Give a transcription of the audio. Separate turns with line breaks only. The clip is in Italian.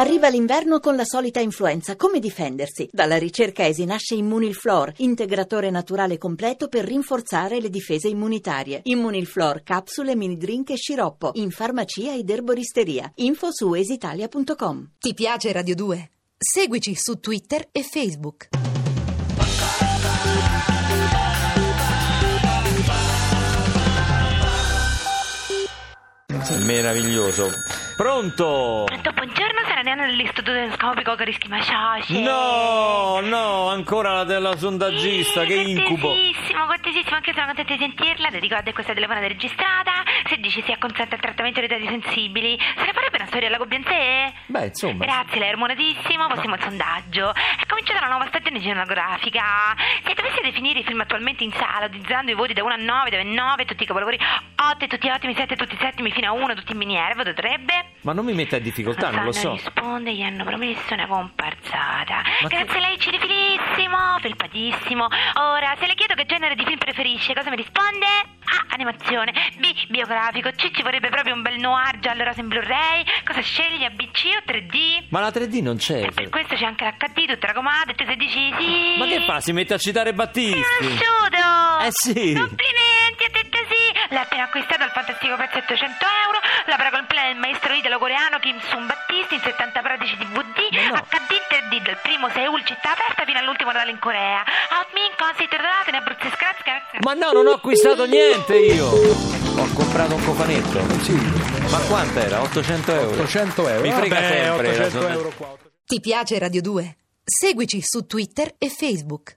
Arriva l'inverno con la solita influenza. Come difendersi? Dalla ricerca ESI nasce Immunilflor, integratore naturale completo per rinforzare le difese immunitarie. Immunilflor, capsule, mini drink e sciroppo. In farmacia ed erboristeria. Info su esitalia.com.
Ti piace Radio 2? Seguici su Twitter e Facebook.
Meraviglioso. Pronto?
Tanto buongiorno, sarà Neana dell'Istituto Telescopico Coristi Maciaci.
No, no, ancora la della sondaggista,
Sì,
che incubo.
Cortesissimo, cortesissimo, anche io sono contenta di sentirla. Le ricordo che questa telefonata è registrata. Se dici sì, acconsente al trattamento dei dati sensibili. Se ne farebbe una storia alla Gobbianzè?
Beh, insomma.
Grazie, lei è ormonatissimo. Passiamo al sondaggio. È cominciata la nuova stagione cinematografica. Se dovessi definire i film attualmente in sala, utilizzando i voti da 1 a 9, dove 9 tutti i capolavori, 8 tutti ottimi, 7 tutti settimi, fino a 1 tutti in miniere, dovrebbe?
Ma non mi mette a difficoltà, non lo
Rossana
so.
risponde, gli hanno promesso una comparsata.
Ma
Grazie a lei, cinefilissimo, felpatissimo. Ora, se le chiedo che genere di film preferisce, cosa mi risponde? A. Animazione. B. Biografico. C. Ci vorrebbe proprio un bel noir giallo rosa in Blu-ray. Cosa sceglie? BC o 3D?
Ma la 3D non c'è.
E per questo c'è anche l'HD, tutta la comanda, e tu se dici sì.
Esatto. Ma che fa? Si mette a citare Battisti.
Conosciuto!
Eh sì.
Complimenti, ha detto sì! L'ha appena acquistato al fantastico prezzo di 800 euro, l'opera completa del maestro italo-coreano Kim Sun Battisti in 70 pratici DVD,
Ma no.
HD in 3D dal primo Seul città aperta fino all'ultimo Natale in Corea. Outmin, Consi, Tordonato, in Abruzzo e Scratch.
Ma no, non ho acquistato niente io. Ho comprato un cofanetto. Ma quanto era? 800 euro.
800 euro.
Mi frega
Vabbè,
sempre. la
800
sonda-
euro qua.
Ti piace Radio 2? Seguici su Twitter e Facebook.